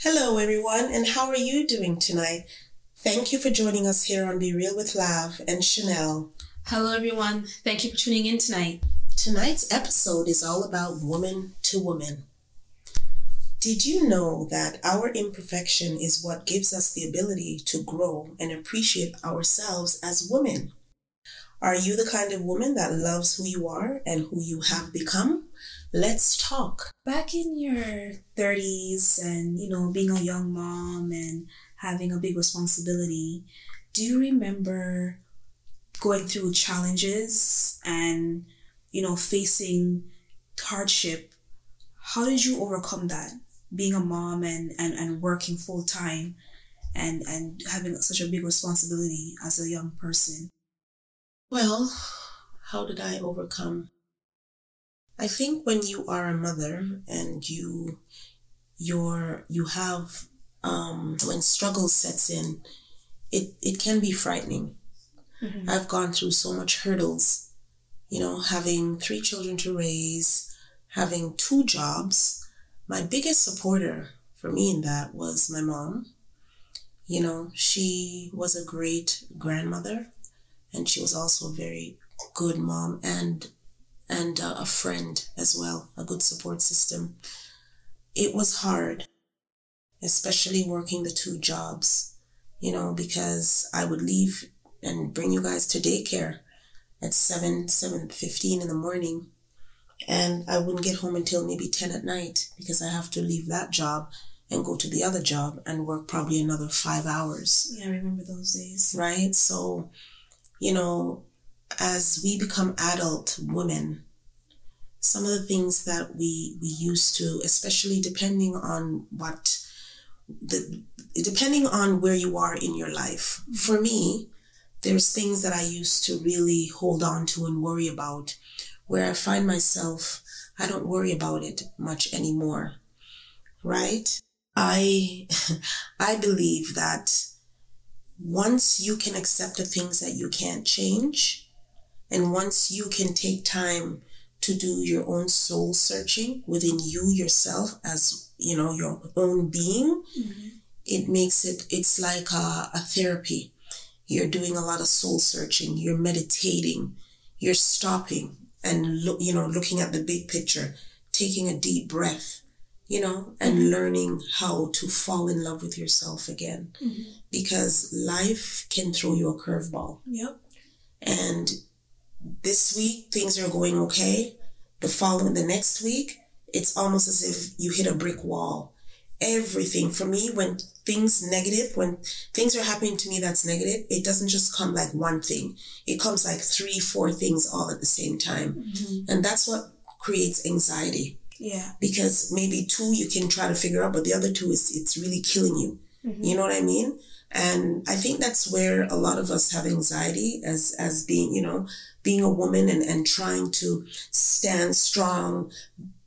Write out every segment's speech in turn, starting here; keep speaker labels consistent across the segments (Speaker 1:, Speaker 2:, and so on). Speaker 1: Hello, everyone, and how are you doing tonight? Thank you for joining us here on Be Real with Lav and Chanel.
Speaker 2: Hello, everyone. Thank you for tuning in tonight.
Speaker 1: Tonight's episode is all about woman to woman. Did you know that our imperfection is what gives us the ability to grow and appreciate ourselves as women? Are you the kind of woman that loves who you are and who you have become? Let's talk.
Speaker 2: Back in your 30s and, you know, being a young mom and having a big responsibility, do you remember going through challenges and, you know, facing hardship? How did you overcome that? Being a mom and, and, and working full time and, and having such a big responsibility as a young person?
Speaker 1: Well, how did I overcome? I think when you are a mother and you your you have um, when struggle sets in, it, it can be frightening. I've gone through so much hurdles, you know, having three children to raise, having two jobs. My biggest supporter for me in that was my mom. You know, she was a great grandmother and she was also a very good mom and and uh, a friend as well, a good support system. It was hard, especially working the two jobs, you know, because I would leave and bring you guys to daycare at 7 seven fifteen in the morning and i wouldn't get home until maybe 10 at night because i have to leave that job and go to the other job and work probably another five hours
Speaker 2: Yeah, I remember those days.
Speaker 1: right so you know as we become adult women some of the things that we we used to especially depending on what the depending on where you are in your life for me there's things that i used to really hold on to and worry about where i find myself i don't worry about it much anymore right i i believe that once you can accept the things that you can't change, and once you can take time to do your own soul searching within you yourself as you know your own being, it makes it it's like a, a therapy. You're doing a lot of soul searching. You're meditating. You're stopping and look, you know, looking at the big picture, taking a deep breath, you know, and learning how to fall in love with yourself again
Speaker 2: Mm-hmm.
Speaker 1: because life can throw you a curveball.
Speaker 2: Yep.
Speaker 1: And this week things are going okay. The following, the next week, it's almost as if you hit a brick wall. Everything for me, when things negative, when things are happening to me that's negative, it doesn't just come like one thing. It comes like three, four things all at the same time. And that's what creates anxiety
Speaker 2: Mm-hmm. Yeah.
Speaker 1: because maybe two you can try to figure out, but the other two is it's really killing you. You know what I mean? And I think that's where a lot of us have anxiety as as being, you know, being a woman and, and trying to stand strong,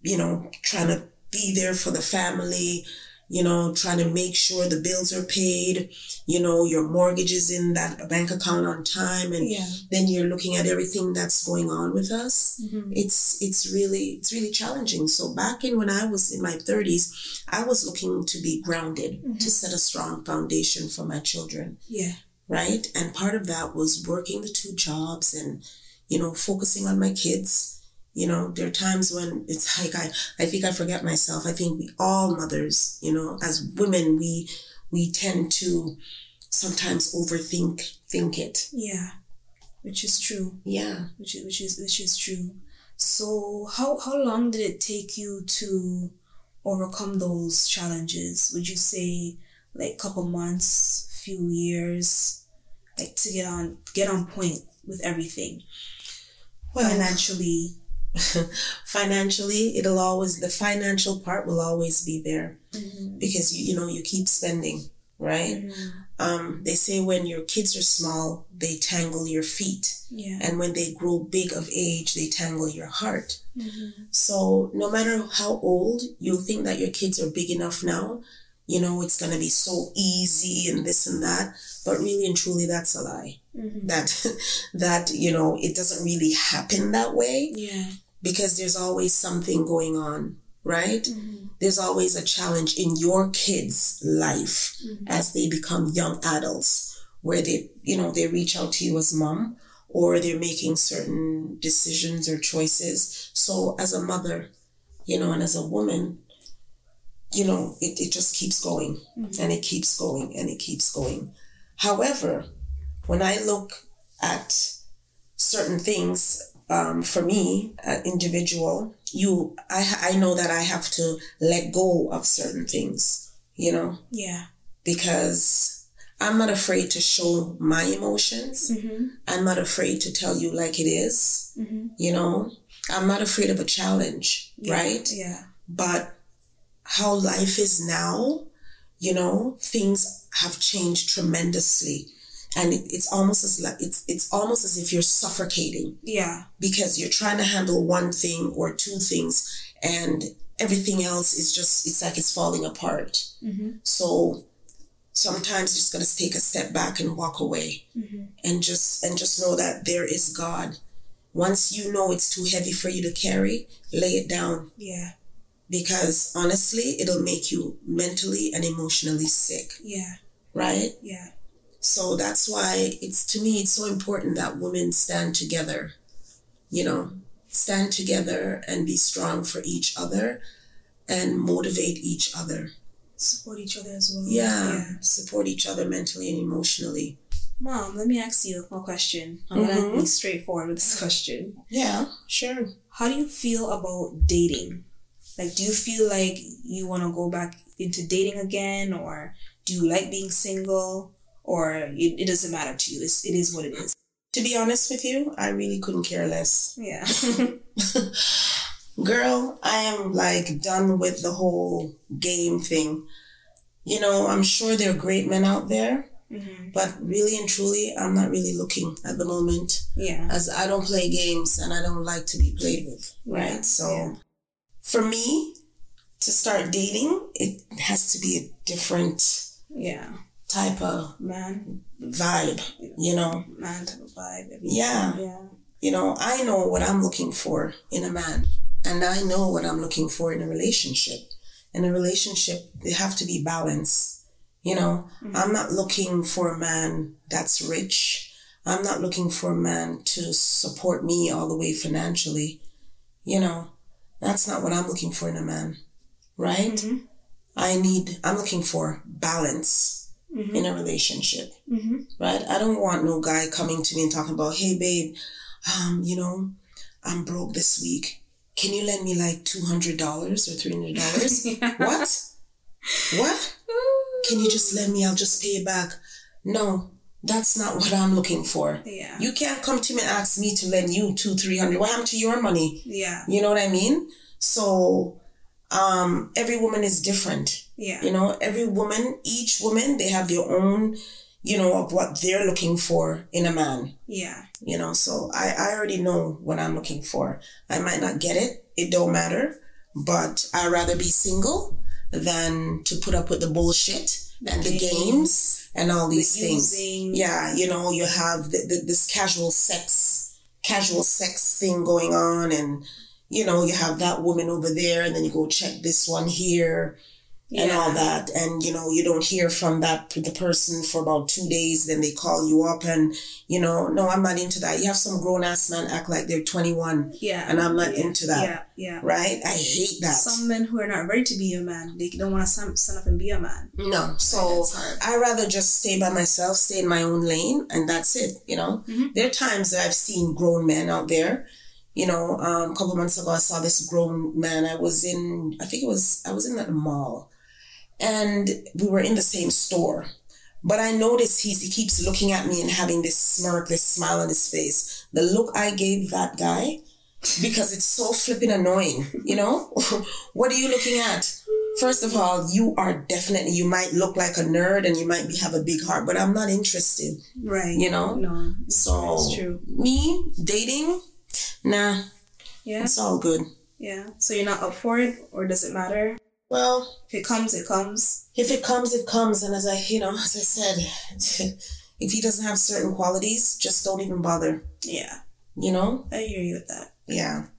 Speaker 1: you know, trying to be there for the family, you know, trying to make sure the bills are paid, you know, your mortgage is in that bank account on time and
Speaker 2: Yeah.
Speaker 1: then you're looking at everything that's going on with us
Speaker 2: Mm-hmm.
Speaker 1: it's it's really it's really challenging so back in when i was in my 30s i was looking to be grounded
Speaker 2: Mhm.
Speaker 1: to set a strong foundation for my children
Speaker 2: Yeah.
Speaker 1: right and part of that was working the two jobs and you know focusing on my kids you know there are times when it's like i i think i forget myself i think we all mothers you know as women we we tend to sometimes overthink think it
Speaker 2: Yeah. Which is true.
Speaker 1: yeah
Speaker 2: which is which is which is true. So how how long did it take you to overcome those challenges? Would you say like couple months, few years, like to get on get on point with everything financially?
Speaker 1: financially it'll always the financial part will always be there
Speaker 2: Mhm.
Speaker 1: because you, you know you keep spending right
Speaker 2: Mm-hmm.
Speaker 1: um, they say when your kids are small they tangle your feet
Speaker 2: Yeah.
Speaker 1: and when they grow big of age they tangle your heart
Speaker 2: Mhm.
Speaker 1: Mm-hmm. so no matter how old you'll think that your kids are big enough now you know it's going to be so easy and this and that but really and truly that's a lie
Speaker 2: Mhm.
Speaker 1: that that you know it doesn't really happen that way
Speaker 2: Yeah.
Speaker 1: because there's always something going on, right? There's always a challenge in your kids' life as they become young adults where they, you know, they reach out to you as mom or they're making certain decisions or choices. So as a mother, you know, and as a woman, you know, it, it just keeps going and it keeps going and it keeps going. However, when I look at certain things, um, for me, an individual, you, I, ha- I know that I have to let go of certain things, you know,
Speaker 2: Yeah.
Speaker 1: because I'm not afraid to show my emotions. I'm not afraid to tell you like it is, you know. I'm not afraid of a challenge, right?
Speaker 2: Yeah.
Speaker 1: But how life is now, you know, things have changed tremendously. And it, it's almost as like it's it's almost as if you're suffocating
Speaker 2: Yeah.
Speaker 1: because you're trying to handle one thing or two things and everything else is just it's like it's falling apart Mm-hmm, so sometimes you're just going to take a step back and walk away and just and just know that there is god once you know it's too heavy for you to carry lay it down
Speaker 2: Yeah.
Speaker 1: because honestly it'll make you mentally and emotionally sick
Speaker 2: Yeah.
Speaker 1: right
Speaker 2: Yeah.
Speaker 1: so that's why it's to me it's so important that women stand together. You know, stand together and be strong for each other and motivate each other.
Speaker 2: Support each other as well.
Speaker 1: Yeah, support each other mentally and emotionally.
Speaker 2: Mom, let me ask you a question. I'm gonna
Speaker 1: Mhm.
Speaker 2: be straightforward with this question.
Speaker 1: Yeah, sure.
Speaker 2: How do you feel about dating? Like, do you feel like you want to go back into dating again, or do you like being single, or it, it doesn't matter to you? It's, it is what it is.
Speaker 1: To be honest with you, I really couldn't care less.
Speaker 2: Yeah.
Speaker 1: Girl, I am like done with the whole game thing. You know, I'm sure there are great men out there,
Speaker 2: hmm
Speaker 1: but really and truly, I'm not really looking at the moment.
Speaker 2: Yeah.
Speaker 1: as I don't play games and I don't like to be played with, right?
Speaker 2: Yeah,
Speaker 1: So
Speaker 2: yeah.
Speaker 1: for me to start dating, it has to be a different
Speaker 2: Yeah.
Speaker 1: type of
Speaker 2: Man,
Speaker 1: vibe, you know.
Speaker 2: man type of vibe. everything.
Speaker 1: Yeah,
Speaker 2: Yeah.
Speaker 1: you know, I know what I'm looking for in a man and I know what I'm looking for in a relationship. In a relationship, they have to be balanced. You know, I'm not looking for a man that's rich. I'm not looking for a man to support me all the way financially. You know, that's not what I'm looking for in a man, right?
Speaker 2: Mhm.
Speaker 1: I need, I'm looking for balance in a relationship
Speaker 2: Mm-hmm.
Speaker 1: right? I don't want no guy coming to me and talking about, hey babe, um, you know, I'm broke this week. Can you lend me like two hundred dollars or three hundred dollars? What? What? Can you just lend me? I'll just pay you back. No, that's not what I'm looking for.
Speaker 2: Yeah.
Speaker 1: You can't come to me and ask me to lend you two, three hundred. What happened to your money?
Speaker 2: Yeah.
Speaker 1: You know what I mean? So, um, every woman is different.
Speaker 2: Yeah.
Speaker 1: You know, every woman, each woman, they have their own, you know, of what they're looking for in a man.
Speaker 2: Yeah.
Speaker 1: You know, so I, I already know what I'm looking for. I might not get it, it don't matter, but I'd rather be single than to put up with the bullshit and the games and all these
Speaker 2: The
Speaker 1: things.
Speaker 2: using.
Speaker 1: Yeah, you know, you have the, the, this casual sex, casual sex thing going on and you know, you have that woman over there and then you go check this one here and all that and you know you don't hear from that the person for about two days then they call you up and you know no i'm not into that you have some grown-ass man act like they're 21
Speaker 2: Yeah.
Speaker 1: and i'm not
Speaker 2: Yeah.
Speaker 1: into that
Speaker 2: Yeah. Yeah.
Speaker 1: right i hate that
Speaker 2: Some men who are not ready to be a man, they don't want to stand up and be a man.
Speaker 1: no so
Speaker 2: That's hard.
Speaker 1: i rather just stay by myself stay in my own lane and that's it you know
Speaker 2: Mhm.
Speaker 1: there are times that i've seen grown men out there you know um, a couple months ago i saw this grown man i was in i think it was i was in that mall and we were in the same store But I notice he's, he keeps looking at me and having this smirk, this smile on his face. The look I gave that guy, because it's so flipping annoying, you know? what are you looking at? First of all, you are definitely, you might look like a nerd and you might be, have a big heart, but I'm not interested,
Speaker 2: Right.
Speaker 1: you know?
Speaker 2: No.
Speaker 1: So,
Speaker 2: That's true.
Speaker 1: me dating, nah,
Speaker 2: Yeah.
Speaker 1: it's all good.
Speaker 2: Yeah. So you're not up for it, or does it matter?
Speaker 1: Well,
Speaker 2: If it comes, it comes.
Speaker 1: if it comes, it comes. And as I, you know, as I said, if he doesn't have certain qualities, just don't even bother,
Speaker 2: Yeah.
Speaker 1: you know?
Speaker 2: I hear you with that.
Speaker 1: Yeah.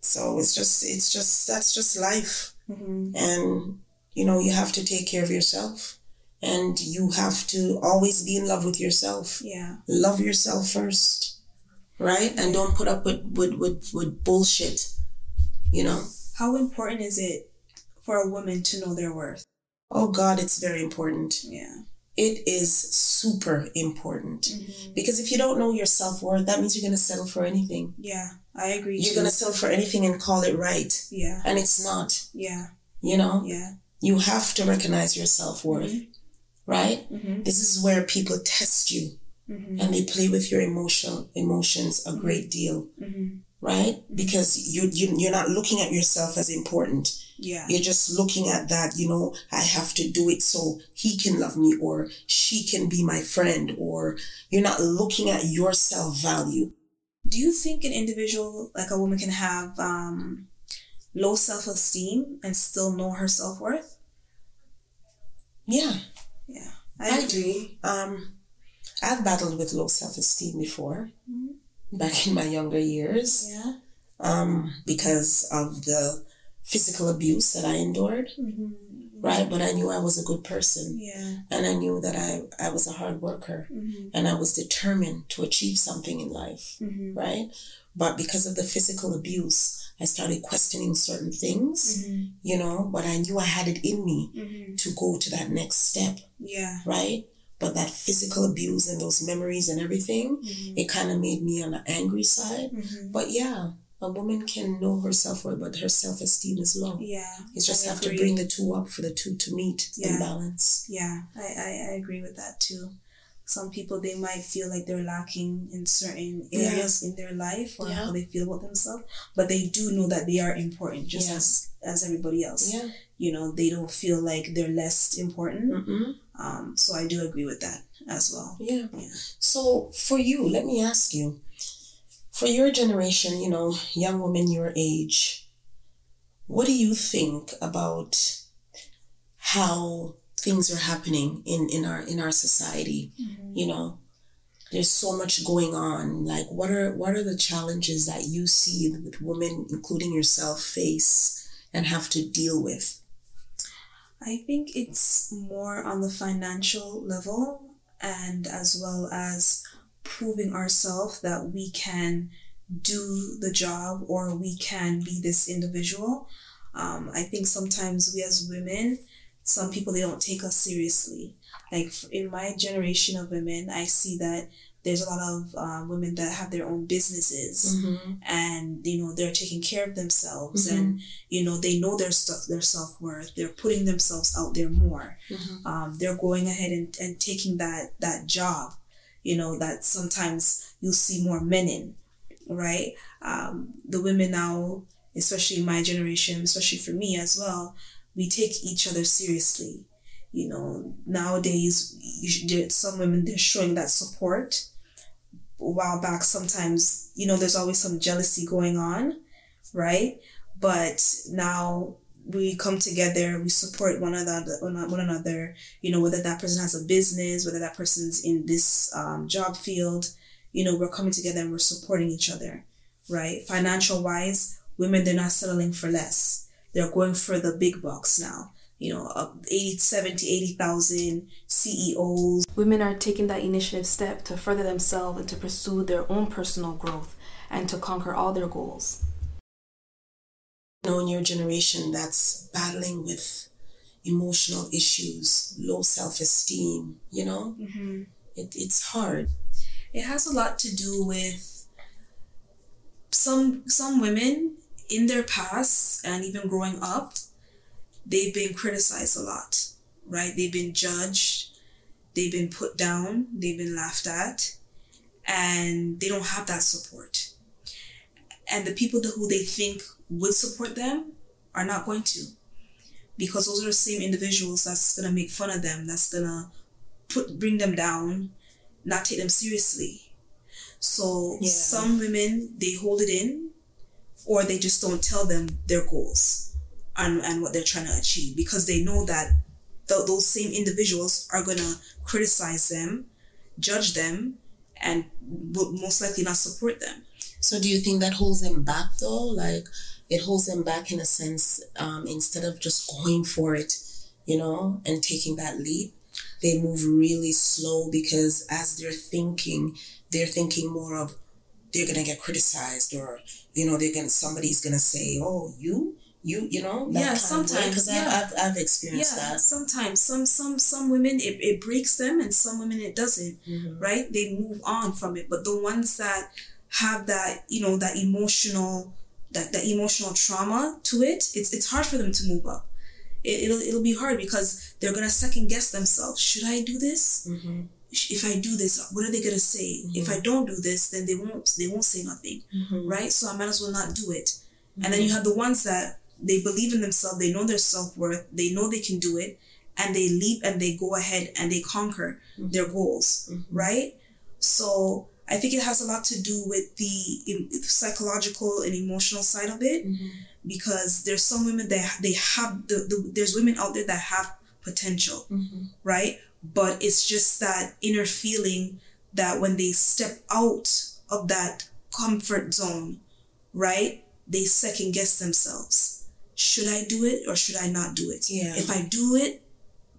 Speaker 1: So it's just it's just that's just life.
Speaker 2: Mm-hmm.
Speaker 1: And you know, you have to take care of yourself and you have to always be in love with yourself.
Speaker 2: Yeah.
Speaker 1: Love yourself first. Right? And don't put up with with with, with bullshit. You know?
Speaker 2: How important is it for a woman to know their worth?
Speaker 1: Oh God, it's very important.
Speaker 2: Yeah.
Speaker 1: It is super important. Because if you don't know your self worth, that means you're gonna settle for anything.
Speaker 2: Yeah. I agree.
Speaker 1: You're
Speaker 2: too.
Speaker 1: gonna settle for anything and call it right.
Speaker 2: Yeah.
Speaker 1: And it's not,
Speaker 2: Yeah.
Speaker 1: you know?
Speaker 2: Yeah.
Speaker 1: You have to recognize your self worth, right?
Speaker 2: Mm-hmm.
Speaker 1: This is where people test you
Speaker 2: Mm-hmm.
Speaker 1: and they play with your emotional emotions a great deal,
Speaker 2: Mm-hmm.
Speaker 1: right? Because you, you you're not looking at yourself as important.
Speaker 2: Yeah.
Speaker 1: You're just looking at that, you know, I have to do it so he can love me or she can be my friend or you're not looking at your self value.
Speaker 2: Do you think an individual, like a woman, can have um, low self esteem and still know her self worth?
Speaker 1: Yeah,
Speaker 2: Yeah,
Speaker 1: I do. Um I've battled with low self-esteem before
Speaker 2: Mhm.
Speaker 1: back in my younger years.
Speaker 2: Yeah.
Speaker 1: um, because of the physical abuse that I endured,
Speaker 2: Mm-hmm.
Speaker 1: right? But I knew I was a good person
Speaker 2: Yeah.
Speaker 1: and I knew that I, I was a hard worker
Speaker 2: Mm-hmm.
Speaker 1: and I was determined to achieve something in life,
Speaker 2: Mm-hmm.
Speaker 1: right? But because of the physical abuse, I started questioning certain things,
Speaker 2: Mm-hmm.
Speaker 1: you know, but I knew I had it in me
Speaker 2: Mm-hmm.
Speaker 1: to go to that next step,
Speaker 2: Yeah.
Speaker 1: right? But that physical abuse and those memories and everything,
Speaker 2: Mm-hmm.
Speaker 1: it kind of made me on the angry side.
Speaker 2: Mm-hmm.
Speaker 1: But yeah, a woman can know herself worth, but her self esteem is low.
Speaker 2: Yeah.
Speaker 1: You just
Speaker 2: I
Speaker 1: have to
Speaker 2: agree.
Speaker 1: bring the two up for the two to meet
Speaker 2: Yeah.
Speaker 1: in balance.
Speaker 2: Yeah, I, I, I agree with that too. Some people they might feel like they're lacking in certain
Speaker 1: Yeah.
Speaker 2: areas in their life or
Speaker 1: Yeah.
Speaker 2: how they feel about themselves, but they do know that they are important just
Speaker 1: Yeah.
Speaker 2: as as everybody else.
Speaker 1: Yeah.
Speaker 2: You know, they don't feel like they're less important.
Speaker 1: Mm-mm.
Speaker 2: Um, so I do agree with that as well.
Speaker 1: Yeah.
Speaker 2: Yeah.
Speaker 1: So for you, let me ask you, for your generation, you know, young women your age, what do you think about how things are happening in, in our in our society? You know, there's so much going on. Like what are what are the challenges that you see that women, including yourself, face and have to deal with?
Speaker 2: I think it's more on the financial level and as well as proving ourselves that we can do the job or we can be this individual. Um, I think sometimes we as women, some people they don't take us seriously. Like f- in my generation of women, I see that there's a lot of um, women that have their own businesses
Speaker 1: Mm-hmm.
Speaker 2: and you know they're taking care of themselves and you know they know their stuff their self-worth they're putting themselves out there more um, they're going ahead and, and taking that that job you know that sometimes you'll see more men in right um, the women now especially in my generation especially for me as well we take each other seriously you know nowadays you should, there- some women they're showing that support a while back sometimes you know there's always some jealousy going on right but now we come together we support one another one another you know whether that person has a business whether that person's in this um, job field you know we're coming together and we're supporting each other right financial wise women they're not settling for less they're going for the big bucks now you know up 80 70 80,000 CEOs
Speaker 3: Women are taking that initiative step to further themselves and to pursue their own personal growth and to conquer all their goals.
Speaker 1: You know, in your generation that's battling with emotional issues, low self esteem, you know,
Speaker 2: Mhm.
Speaker 1: it, it's hard.
Speaker 2: it has a lot to do with some some women in their past and even growing up they've been criticized a lot right they've been judged they've been put down they've been laughed at and they don't have that support and the people who they think would support them are not going to because those are the same individuals that's going to make fun of them that's going to put bring them down not take them seriously. So
Speaker 1: Yeah.
Speaker 2: some women they hold it in, or they just don't tell them their goals and, and what they're trying to achieve because they know that th- those same individuals are gonna criticize them, judge them, and will most likely not support them.
Speaker 1: So do you think that holds them back though? Like it holds them back in a sense um, instead of just going for it you know and taking that leap they move really slow because as they're thinking they're thinking more of they're gonna get criticized or you know they're gonna somebody's gonna say oh you you you know that
Speaker 2: Yeah,
Speaker 1: kind of way,
Speaker 2: sometimes,
Speaker 1: 'cause
Speaker 2: yeah.
Speaker 1: I've, I've, I've experienced
Speaker 2: yeah,
Speaker 1: that
Speaker 2: uh, sometimes some some some women it, it breaks them and some women it doesn't right they move on from it but the ones that have that you know that emotional that, that emotional trauma to it it's it's hard for them to move up it, it'll it'll be hard because they're gonna second guess themselves should i do this
Speaker 1: Mm-hmm.
Speaker 2: Sh- if i do this what are they gonna say if i don't do this then they won't they won't say nothing right so i might as well not do it and then you have the ones that they believe in themselves, they know their self worth, they know they can do it, and they leap and they go ahead and they conquer their goals, right? So I think it has a lot to do with the em- psychological and emotional side of it because there's some women that they have the, the there's women out there that have potential, right? But it's just that inner feeling that when they step out of that comfort zone, right? They second guess themselves. Should I do it or should I not do it?
Speaker 1: Yeah.
Speaker 2: If I do it,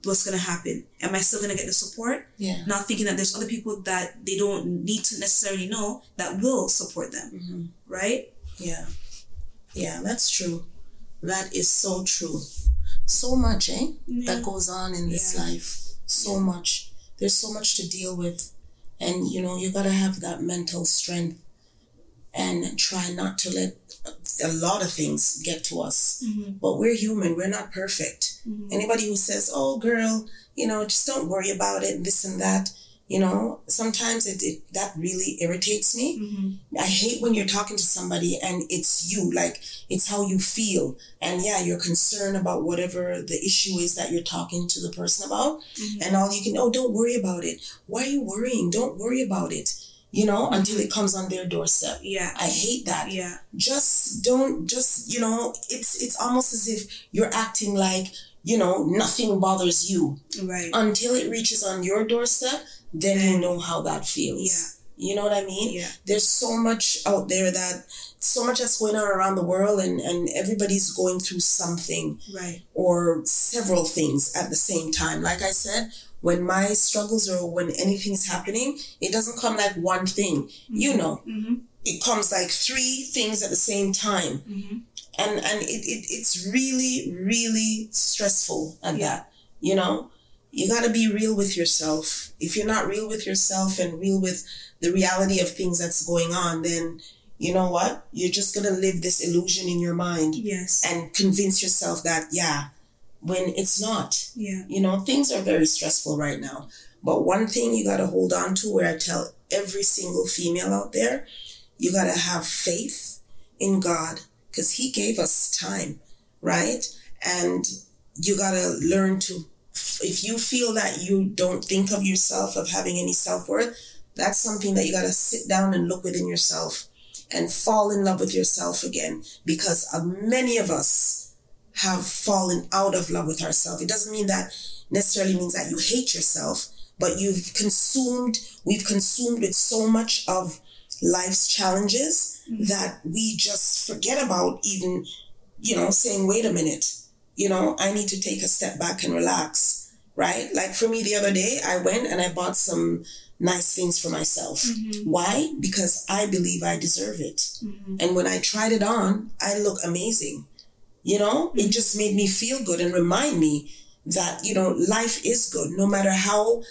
Speaker 2: what's gonna happen? Am I still gonna get the support?
Speaker 1: yeah
Speaker 2: Not thinking that there's other people that they don't need to necessarily know that will support them, right?
Speaker 1: yeah yeah that's true that is so true so much eh
Speaker 2: Yeah.
Speaker 1: that goes on in this
Speaker 2: Yeah.
Speaker 1: life so much there's so much to deal with and you know you got to have that mental strength and try not to let a lot of things get to us
Speaker 2: Mm-hmm.
Speaker 1: but we're human we're not perfect anybody who says oh girl you know just don't worry about it this and that you know sometimes it, it that really irritates me I hate when you're talking to somebody and it's you, like it's how you feel. And yeah, you're concerned about whatever the issue is that you're talking to the person about.
Speaker 2: Mm-hmm.
Speaker 1: And all you can, oh, don't worry about it. Why are you worrying? Don't worry about it, you know, until it comes on their doorstep.
Speaker 2: Yeah.
Speaker 1: I hate that.
Speaker 2: Yeah.
Speaker 1: Just don't, just, you know, it's, it's almost as if you're acting like, you know, nothing bothers you
Speaker 2: Right.
Speaker 1: until it reaches on your doorstep. Then you know how that
Speaker 2: Yeah.
Speaker 1: feels. You know what I mean?
Speaker 2: Yeah.
Speaker 1: there's so much out there that so much that's going on around the world and, and everybody's going through something
Speaker 2: Right.
Speaker 1: or several things at the same time like i said when my struggles or when anything's happening it doesn't come like one thing you know
Speaker 2: Mm-hmm.
Speaker 1: it comes like three things at the same time
Speaker 2: Mm-hmm.
Speaker 1: and and it, it it's really really stressful at that you know you got to be real with yourself if you're not real with yourself and real with the reality of things that's going on then you know what you're just going to live this illusion in your mind
Speaker 2: Yes.
Speaker 1: and convince yourself that yeah when it's not
Speaker 2: Yeah.
Speaker 1: you know things are very stressful right now but one thing you got to hold on to where i tell every single female out there you got to have faith in god because he gave us time right and you got to learn to if you feel that you don't think of yourself of having any self-worth that's something that you got to sit down and look within yourself and fall in love with yourself again because uh, many of us have fallen out of love with ourselves. It doesn't mean that necessarily means that you hate yourself, but you've consumed, we've consumed with so much of life's challenges that we just forget about even, you know, saying, wait a minute, you know, I need to take a step back and relax, right? Like for me the other day, I went and I bought some nice things for myself.
Speaker 2: Mm-hmm.
Speaker 1: Why? Because I believe I deserve it.
Speaker 2: Mm-hmm.
Speaker 1: And when I tried it on, I look amazing. You know, it just made me feel good and remind me that, you know, life is good. No matter how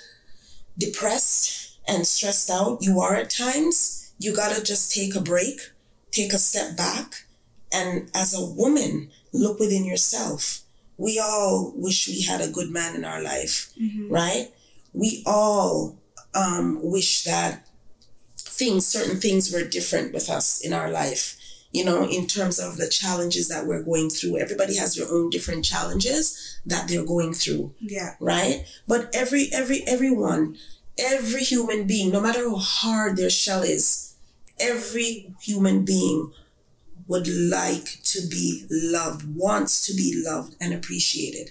Speaker 1: depressed and stressed out you are at times, you got to just take a break, take a step back. And as a woman, look within yourself. We all wish we had a good man in our life,
Speaker 2: Mm-hmm.
Speaker 1: right? We all um, wish that things, certain things were different with us in our life, you know, in terms of the challenges that we're going through. Everybody has their own different challenges that they're going through,
Speaker 2: Yeah.
Speaker 1: right? But every, every, everyone, every human being, no matter how hard their shell is, every human being would like to be loved, wants to be loved and appreciated,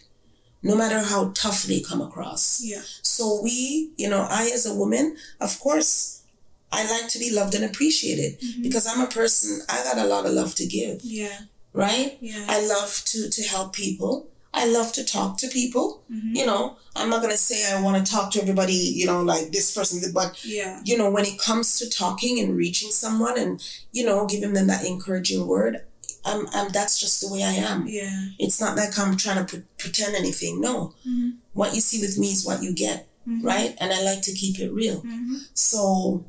Speaker 1: no matter how tough they come across.
Speaker 2: Yeah.
Speaker 1: So we, you know, I as a woman, of course, I like to be loved and appreciated because I'm a person, I got a lot of love to give.
Speaker 2: Yeah.
Speaker 1: right?
Speaker 2: Yeah.
Speaker 1: I love to to help people. I love to talk to people.
Speaker 2: Mhm.
Speaker 1: You know, I'm not gonna say I want to talk to everybody. You know, like this person, but
Speaker 2: Yeah.
Speaker 1: you know, when it comes to talking and reaching someone, and you know, giving them that encouraging word, I'm, I'm that's just the way I am.
Speaker 2: Yeah.
Speaker 1: It's not like I'm trying to pre- pretend anything. No,
Speaker 2: Mhm.
Speaker 1: what you see with me is what you get,
Speaker 2: Mhm.
Speaker 1: right? And I like to keep it real.
Speaker 2: Mhm.
Speaker 1: So,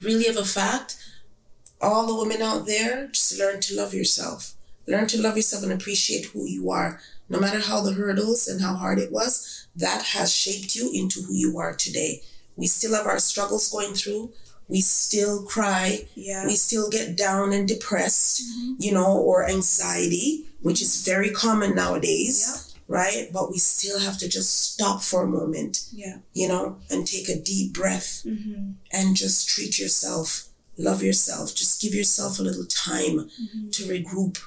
Speaker 1: really, of a fact, all the women out there, just learn to love yourself. Learn to love yourself and appreciate who you are. No matter how the hurdles and how hard it was, that has shaped you into who you are today. We still have our struggles going through. We still cry.
Speaker 2: Yeah. Mm-hmm.
Speaker 1: We still get down and depressed, you know, or anxiety, which is very common nowadays, right? But we still have to just stop for a moment,
Speaker 2: Yeah.
Speaker 1: you know, and take a deep breath
Speaker 2: Mm-hmm.
Speaker 1: and just treat yourself, love yourself, just give yourself a little time to regroup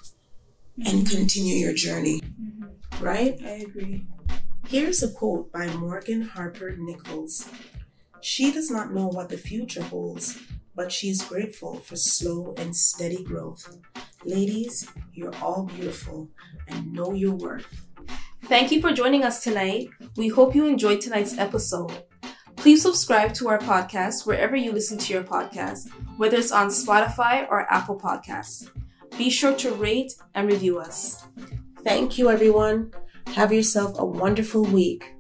Speaker 1: and continue your journey, right?
Speaker 2: Mm-hmm. I agree.
Speaker 1: Here's a quote by Morgan Harper Nichols She does not know what the future holds, but she is grateful for slow and steady growth. Ladies, you're all beautiful and know your worth.
Speaker 3: Thank you for joining us tonight. We hope you enjoyed tonight's episode. Please subscribe to our podcast wherever you listen to your podcast, whether it's on Spotify or Apple Podcasts. Be sure to rate and review us.
Speaker 1: Thank you, everyone. Have yourself a wonderful week.